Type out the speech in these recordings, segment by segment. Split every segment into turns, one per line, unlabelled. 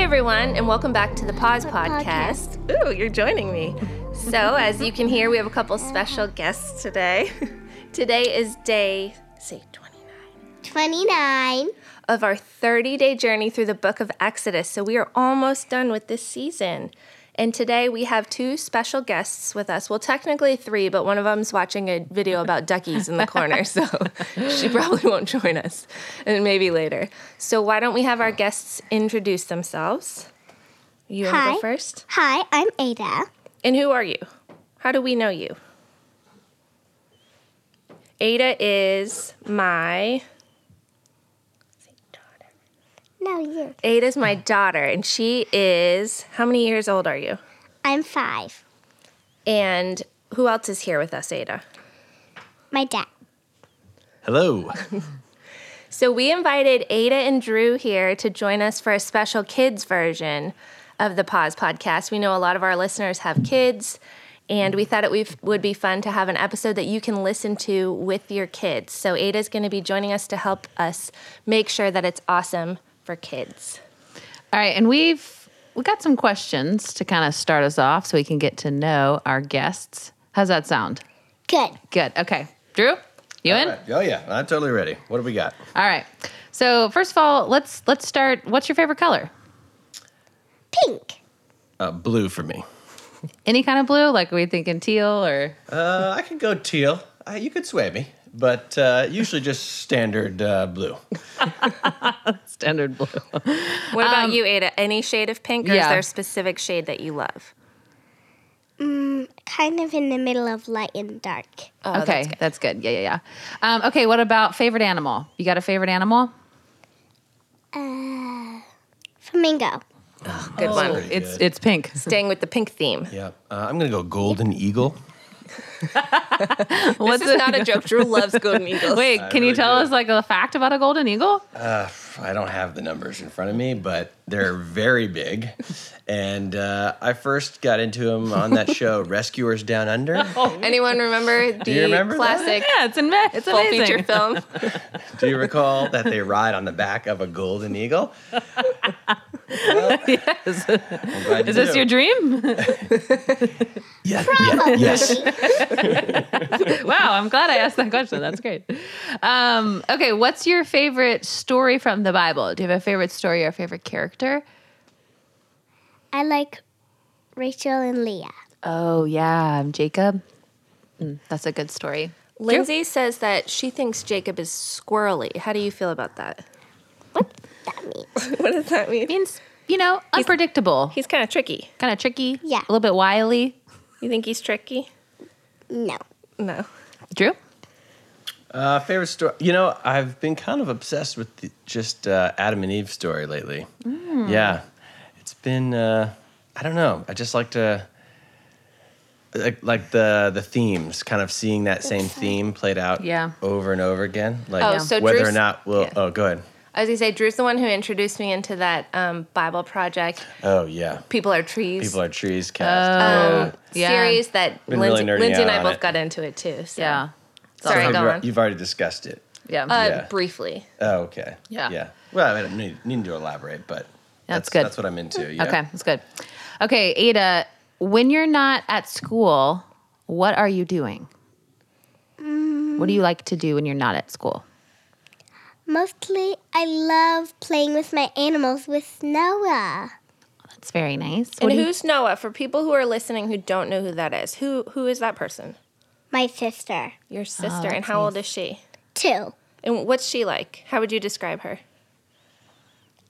everyone, and welcome back to the Pause Podcast. Ooh, you're joining me. So, as you can hear, we have a couple special guests today. today is day, say, 29
29.
of our 30 day journey through the book of Exodus. So, we are almost done with this season. And today we have two special guests with us. Well, technically three, but one of them's watching a video about duckies in the corner. So she probably won't join us, and maybe later. So, why don't we have our guests introduce themselves? You want to
Hi.
go first?
Hi, I'm Ada.
And who are you? How do we know you? Ada is my
No, you.
Ada's my daughter, and she is how many years old are you?
I'm five.
And who else is here with us, Ada?
My dad.
Hello.
So we invited Ada and Drew here to join us for a special kids version of the Pause podcast. We know a lot of our listeners have kids, and we thought it we- would be fun to have an episode that you can listen to with your kids. So Ada's going to be joining us to help us make sure that it's awesome for kids.
All right, and we've we got some questions to kind of start us off so we can get to know our guests. How's that sound?
Good.
Good. Okay. Drew, you in?
Oh yeah, I'm totally ready. What do we got?
All right. So, first of all, let's let's start what's your favorite color?
Pink.
Uh, blue for me.
Any kind of blue? Like are we thinking teal or
Uh, I could go teal. Uh, you could sway me, but uh, usually just standard uh, blue.
standard blue?
What about you, Ada? Any shade of pink, or is
yeah.
there a specific shade that you love?
Kind of in the middle of light and dark.
Oh,
okay, that's good. Yeah, yeah, yeah. Um, okay, what about favorite animal? You got a favorite animal?
Uh, Flamingo.
Good one.
Pretty
Oh, It's
good.
it's pink.
Staying with the pink theme.
Yeah, uh, I'm gonna go golden eagle.
What's
This is not a joke. Drew loves golden eagles.
Wait,
I
can you
really
tell
do.
us like a fact about a golden eagle?
I don't have the numbers in front of me, but they're very big. And uh, I first got into them on that show, Rescuers Down Under.
Anyone remember the
you remember that?
classic
yeah, it's in It's
full
amazing.
feature film?
Do you recall that they ride on the back of a golden eagle? I'm glad you
Is this
do.
your dream?
Yeah, yeah, yes.
Wow, I'm glad I asked that question. That's great. Um, okay, what's your favorite story from the Bible? Do you have a favorite story or a favorite character?
I like Rachel and Leah.
Oh yeah, I'm Jacob. Mm, that's a good story.
Lindsay says that she thinks Jacob is squirrely. How do you feel about that?
That means.
What does that mean?
Means you know, unpredictable,
He's kind of tricky.
kind of tricky.
Yeah.
a little bit wily.
You think he's tricky?
No.
No.
Drew.
Uh, favorite story? You know, I've been kind of obsessed with the, just uh, Adam and Eve story lately.
Hmm.
Yeah, it's been. Uh, I don't know. I just like to like, like the the themes, kind of seeing that same theme played out
Yeah.
over and over again. Like
Oh, so
whether or
Drew's-
not we'll. Oh, go ahead.
I was gonna say Drew's the one who introduced me into that um, Bible project.
Oh yeah,
People are trees.
people are trees cast.
Yeah.
Series that
Been
Lindsay,
really nerding
Lindsay and
out
I
on
both
it.
got into it too. So.
Yeah.
Oh, Sorry,
yeah.
go
You've-
on.
You've already discussed it.
Yeah.
Uh,
yeah.
Briefly.
Oh, okay.
Yeah.
Yeah. Well, I don't need, need to elaborate, but
That's good.
That's what I'm into. Yeah?
Okay, that's good. Okay, Ada. When you're not at school, what are you doing? What do you like to do when you're not at school?
Mostly, I love playing with my animals with Noah.
That's very nice. What
And
do you-
who's Noah? For people who are listening who don't know who that is, who who is that person?
My sister.
Your sister. and how old is she?
Two.
And what's she like? How would you describe her?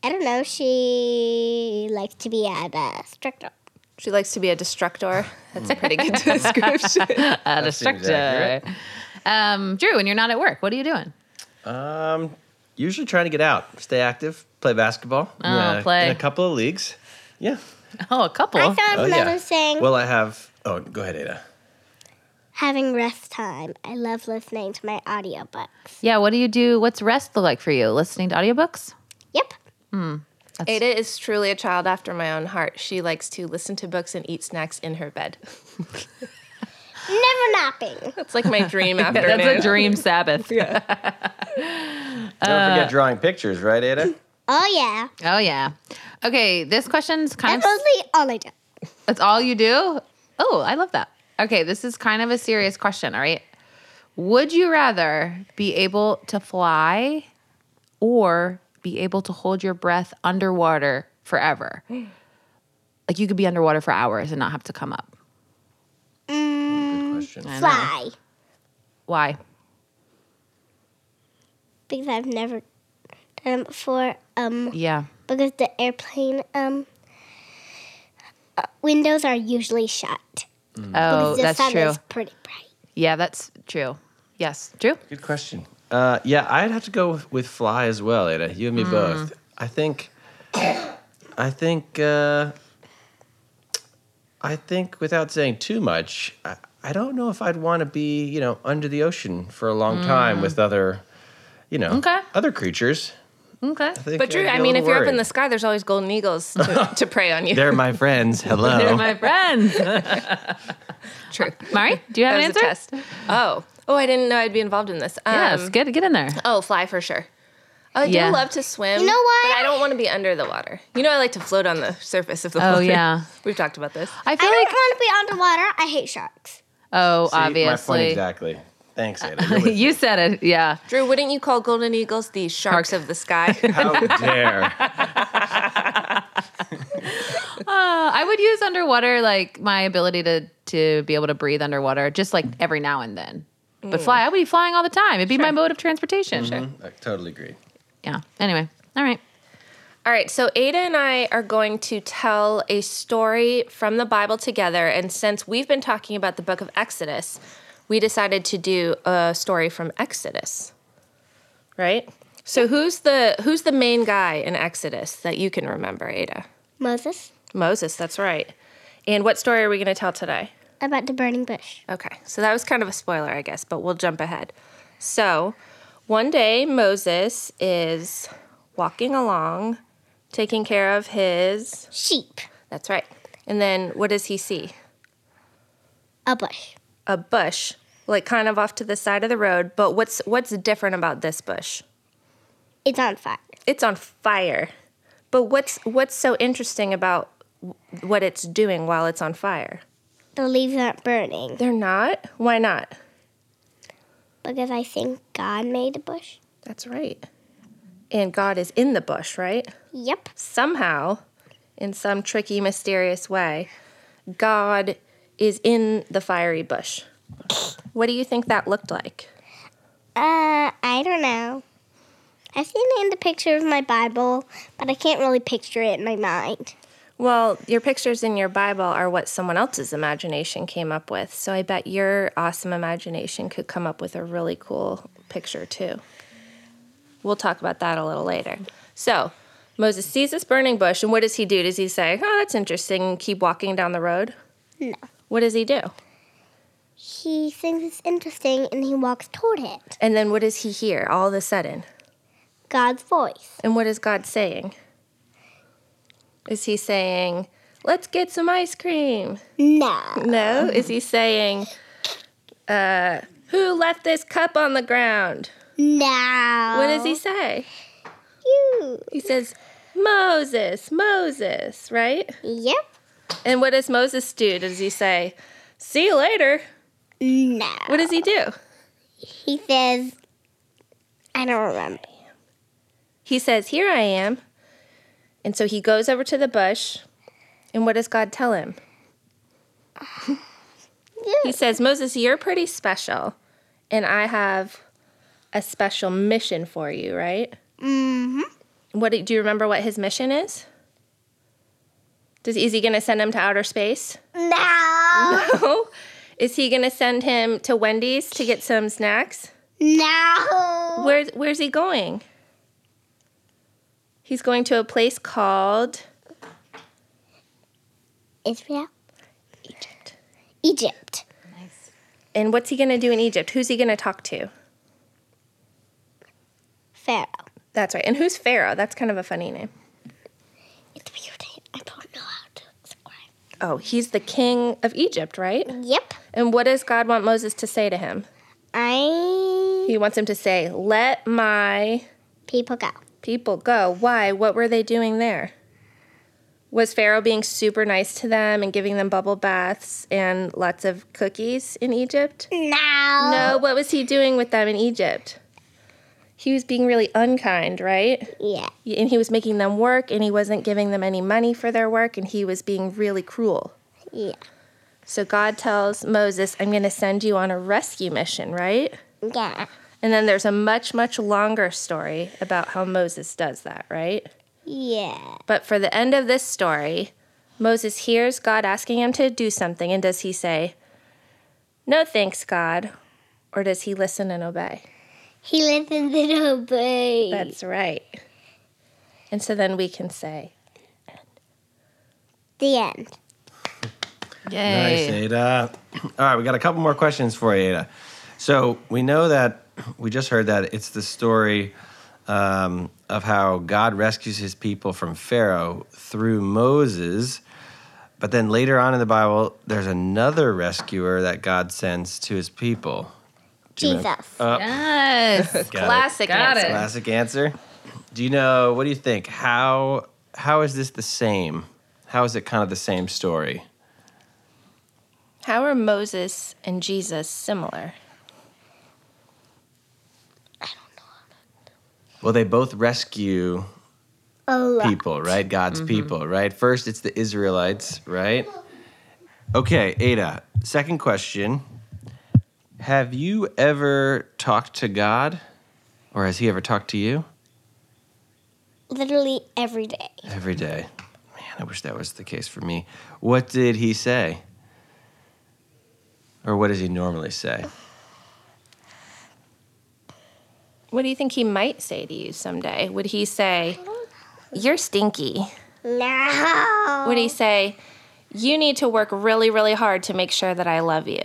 I don't know. She likes to be at a strict.
She likes to be a destructor. That's a pretty good description.
Uh,
That seems
destructive.
accurate.
Um, Drew, when you're not at work, what are you doing?
Usually trying to get out, stay active, play basketball. in
Oh,
a-
play.
in a couple of leagues. Yeah.
Oh, a
I
couple.
thought of
Oh,
another
yeah.
thing.
Well, I have. Oh, go ahead, Ada.
Having rest time. I love listening to my audiobooks.
Yeah, what do you do? What's rest look like for you? Listening to audiobooks?
Yep.
Ada is truly a child after my own heart. She likes to listen to books and eat snacks in her bed.
Never napping.
That's like my dream afternoon.
That's a dream Sabbath. Uh,
Don't forget drawing pictures, right, Ada?
Oh yeah.
Oh, yeah. Okay, this question's kind
That's
of
mostly all I do.
that's all you do? Oh, I love that. Okay, this is kind of a serious question, all right? Would you rather be able to fly or be able to hold your breath underwater forever? Like you could be underwater for hours and not have to come up.
Good question.
Fly.
Why?
Because I've never done it before. Um,
Yeah.
because the airplane um uh, windows are usually shut.
Oh,
Because the
that's
sun
true.
is pretty bright.
Yeah, that's true. Yes, Drew.
Good question. Uh, yeah, I'd have to go with, with fly as well, Ada. You and
Hmm.
me both. I think. I think. Uh, I think without saying too much, I, I don't know if I'd want to be, you know, under the ocean for a long time with other, you know,
Hmm. Okay.
other creatures.
Okay.
I think
But Drew,
I'd be
I
a
mean, if
little
you're up in the
worried.
sky, there's always golden eagles to, to prey on you.
they're my friends. Hello.
They're my friends.
True.
Mari, do you have
That
an
was
answer?
a test. Oh, oh, I didn't know I'd be involved in this. Um,
Yes, get get in there.
Oh, fly for sure. I do
Yeah.
love to swim.
You know why?
But I don't want to be under the water. You know, I like to float on the surface of the
Oh,
water.
yeah.
We've talked about this.
I
I
feel
don't
like
want to be underwater. I hate sharks.
oh,
See, My point
obviously.
exactly. Thanks, Ada. You're with
you
me.
said it. Yeah.
Drew, wouldn't you call golden eagles the sharks of the sky?
How dare.
Uh, I would use underwater like my ability to to be able to breathe underwater just like every now and then. But fly, I would be flying all the time. It'd be my mode of transportation.
I totally agree.
Yeah. Anyway. All right.
All right, so Ada and I are going to tell a story from the Bible together. And since we've been talking about the book of Exodus, we decided to do a story from Exodus. Right? So who's the who's the main guy in Exodus that you can remember, Ada?
Moses
Moses, that's right. And what story are we going to tell today?
about the burning bush.
Okay, so that was kind of a spoiler, I guess, but we'll jump ahead. So, one day Moses is walking along, taking care of his.
Sheep.
That's right. And then what does he see?
A bush.
A bush, like kind of off to the side of the road. But what's what's different about this bush?
It's on fire.
It's on fire. But what's what's so interesting about w- what it's doing while it's on fire?
The leaves aren't burning
They're not. Why not?
because I think God made the bush.
That's right. And God is in the bush, right?
Yep.
somehow, in some tricky, mysterious way, God is in the fiery bush. What do you think that looked like?
Uh, I don't know. I've seen it in the picture of my Bible, but I can't really picture it in my mind.
Well, your pictures in your Bible are what someone else's imagination came up with. So I bet your awesome imagination could come up with a really cool picture, too. We'll talk about that a little later. So Moses sees this burning bush, and what does he do? Does he say, Oh, that's interesting, and keep walking down the road?
No.
What does he do?
He thinks it's interesting and he walks toward it.
And then what does he hear all of a sudden?
God's voice.
And what is God saying? Is he saying, let's get some ice cream?
No.
No. Is he saying, uh, who left this cup on the ground?
No.
What does he say?
You.
He says, Moses, Moses, right?
Yep.
And what does Moses do? Does he say, see you later?
No.
What does he do?
He says, I don't remember.
He says, here I am. And so he goes over to the bush. And what does God tell him? He says, Moses, you're pretty special, and I have a special mission for you, right?
Mm-hmm.
What do you remember? What his mission is? Does is he going to send him to outer space?
No.
No. Is he going to send him to Wendy's to get some snacks?
No.
Where's Where's he going? He's going to a place called
Israel.
Egypt.
Egypt.
And what's he going to do in Egypt? Who's he going to talk to?
Pharaoh.
That's right. And who's Pharaoh? That's kind of a funny name.
It's beauty. I don't know how to describe.
Oh, he's the king of Egypt, right?
Yep.
And what does God want Moses to say to him?
I.
He wants him to say, Let my
People go.
people go. Why? What were they doing there? was Pharaoh being super nice to them and giving them bubble baths and lots of cookies in Egypt?
No.
No, what was he doing with them in Egypt? He was being really unkind, right?
Yeah.
And he was making them work and he wasn't giving them any money for their work and he was being really cruel.
Yeah.
So God tells Moses, I'm going to send you on a rescue mission, right?
Yeah.
And then there's a much, much longer story about how Moses does that, right?
Yeah.
But for the end of this story, Moses hears God asking him to do something, and does he say, No thanks, God? Or does he listen and obey?
He lives in the obey.
That's right. And so then we can say,
the end.
Nice,
Yay.
Ada. All right, we got a couple more questions for you, Ada. So we know that we just heard that it's the story um, of how God rescues his people from Pharaoh through Moses. But then later on in the Bible, there's another rescuer that God sends to his people. Do you
Jesus.
remember-
Yes.
Got it.
Classic
Got
answer.
it.
Classic answer. Do you know, what do you think? How How is this the same? How is it kind of the same story?
How are Moses and Jesus similar?
Well, they both rescue
oh, look.
people, right? God's people, right? First, it's the Israelites, right? Okay, Ada, second question. Have you ever talked to God? Or has he ever talked to you?
literally every day.
Every day. Man, I wish that was the case for me. What did he say? Or what does he normally say?
What do you think he might say to you someday? Would he say, You're stinky?
No.
Would he say, You need to work really, really hard to make sure that I love you?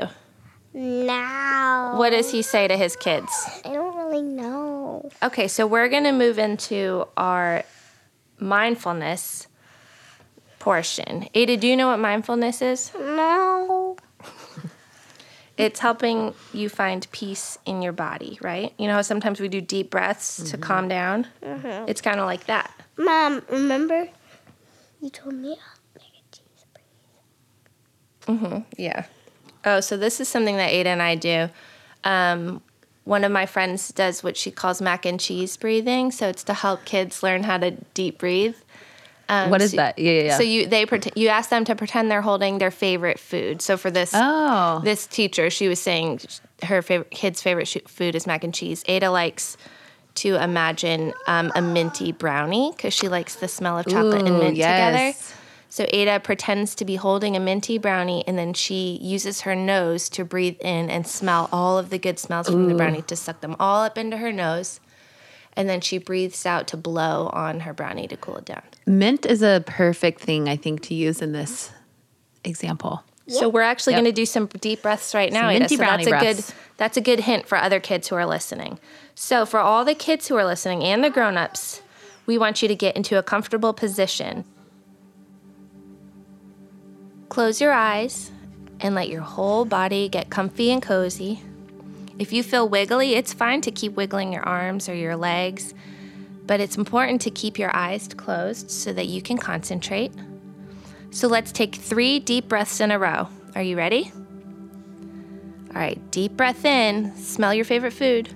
No.
What does he say to his kids?
I don't really know.
Okay, so we're going to move into our mindfulness portion. Ada, do you know what mindfulness is?
No.
It's helping you find peace in your body, right? You know how sometimes we do deep breaths to calm down? It's kind of like that.
Mom, remember? You told me I'll make a cheeseburger.
Yeah. Oh, so this is something that Ada and I do. Um, one of my friends does what she calls mac and cheese breathing. So it's to help kids learn how to deep breathe. Um,
What is
so-
that? Yeah, yeah. yeah.
So you they pret- you ask them to pretend they're holding their favorite food. So for this
oh.
this teacher, she was saying her favorite kid's favorite sh- food is mac and cheese. Ada likes to imagine um, a minty brownie because she likes the smell of chocolate and
Ooh,
mint
yes.
together. So Ada pretends to be holding a minty brownie, and then she uses her nose to breathe in and smell all of the good smells from the brownie to suck them all up into her nose, and then she breathes out to blow on her brownie to cool it down.
Mint is a perfect thing, I think, to use in this example.
So we're actually
Yep.
going to do some deep breaths right now.
Some
Ida.
minty
So that's a
brownie
good
breaths.
that's a good hint for other kids who are listening. So for all the kids who are listening and the grown-ups, we want you to get into a comfortable position. Close your eyes and let your whole body get comfy and cozy. If you feel wiggly, it's fine to keep wiggling your arms or your legs, but it's important to keep your eyes closed so that you can concentrate. So let's take three deep breaths in a row. Are you ready? All right, deep breath in. Smell your favorite food.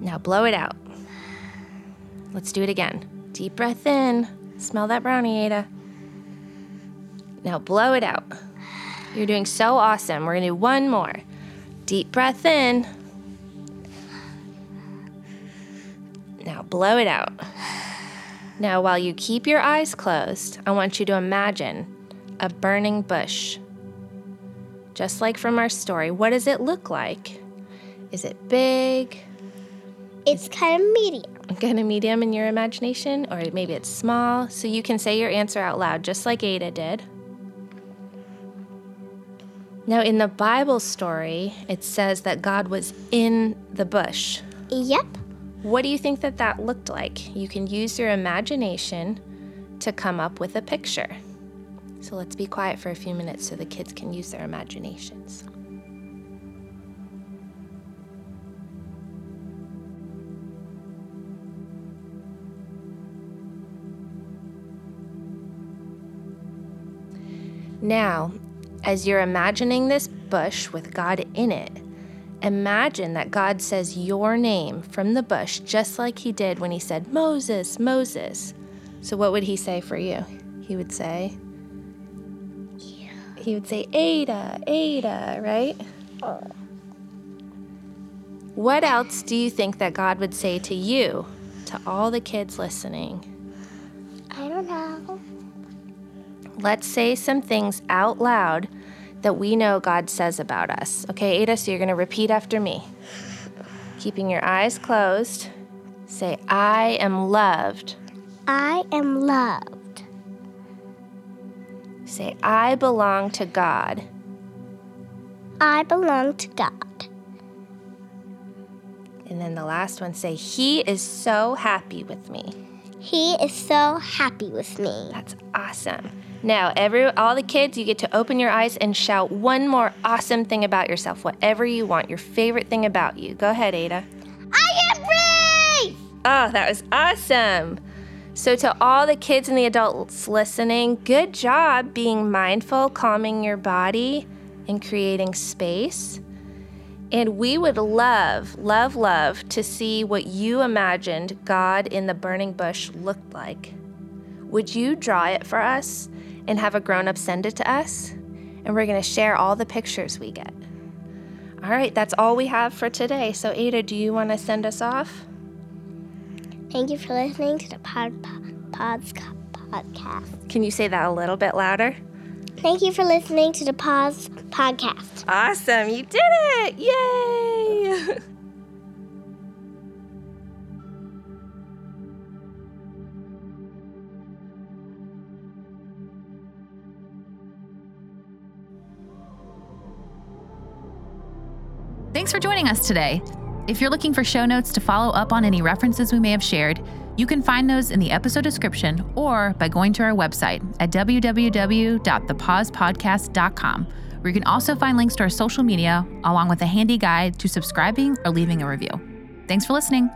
Now blow it out. Let's do it again. Deep breath in. Smell that brownie, Ada. Now blow it out. You're doing so awesome. We're gonna do one more. Deep breath in. Now blow it out. Now, while you keep your eyes closed, I want you to imagine a burning bush. Just like from our story, what does it look like? Is it big,
It's kind of medium.
kind of medium in your imagination, or maybe it's small? So you can say your answer out loud, just like Ada did. Now, in the Bible story, it says that God was in the bush.
Yep.
What do you think that that looked like? You can use your imagination to come up with a picture. So let's be quiet for a few minutes so the kids can use their imaginations. Now, as you're imagining this bush with God in it, imagine that God says your name from the bush just like he did when he said, Moses, Moses. So, what would he say for you? He would say, he would say, Ada, Ada, right? What else do you think that God would say to you, to all the kids listening?
I don't know.
Let's say some things out loud that we know God says about us. Okay, Ada, so you're going to repeat after me. Keeping your eyes closed, say, I am loved.
I am loved.
Say, I belong to God.
I belong to God.
And then the last one, say, He is so happy with me.
He is so happy with me.
That's awesome. Now, every all the kids, you get to open your eyes and shout one more awesome thing about yourself, whatever you want, your favorite thing about you. Go ahead, Ada.
I am brave!
Oh, that was awesome. So, to all the kids and the adults listening, good job being mindful, calming your body, and creating space. And we would love, love, love to see what you imagined God in the burning bush looked like. Would you draw it for us and have a grown up send it to us? And we're going to share all the pictures we get. All right, that's all we have for today. So, Ada, do you want to send us off?
Thank you for listening to the Pod, Pod, Pods podcast.
Can you say that a little bit louder?
Thank you for listening to the Pods podcast.
Awesome, you did it! Yay!
Thanks for joining us today. If you're looking for show notes to follow up on any references we may have shared, you can find those in the episode description or by going to our website at www.thepausepodcast.com, where you can also find links to our social media along with a handy guide to subscribing or leaving a review. Thanks for listening.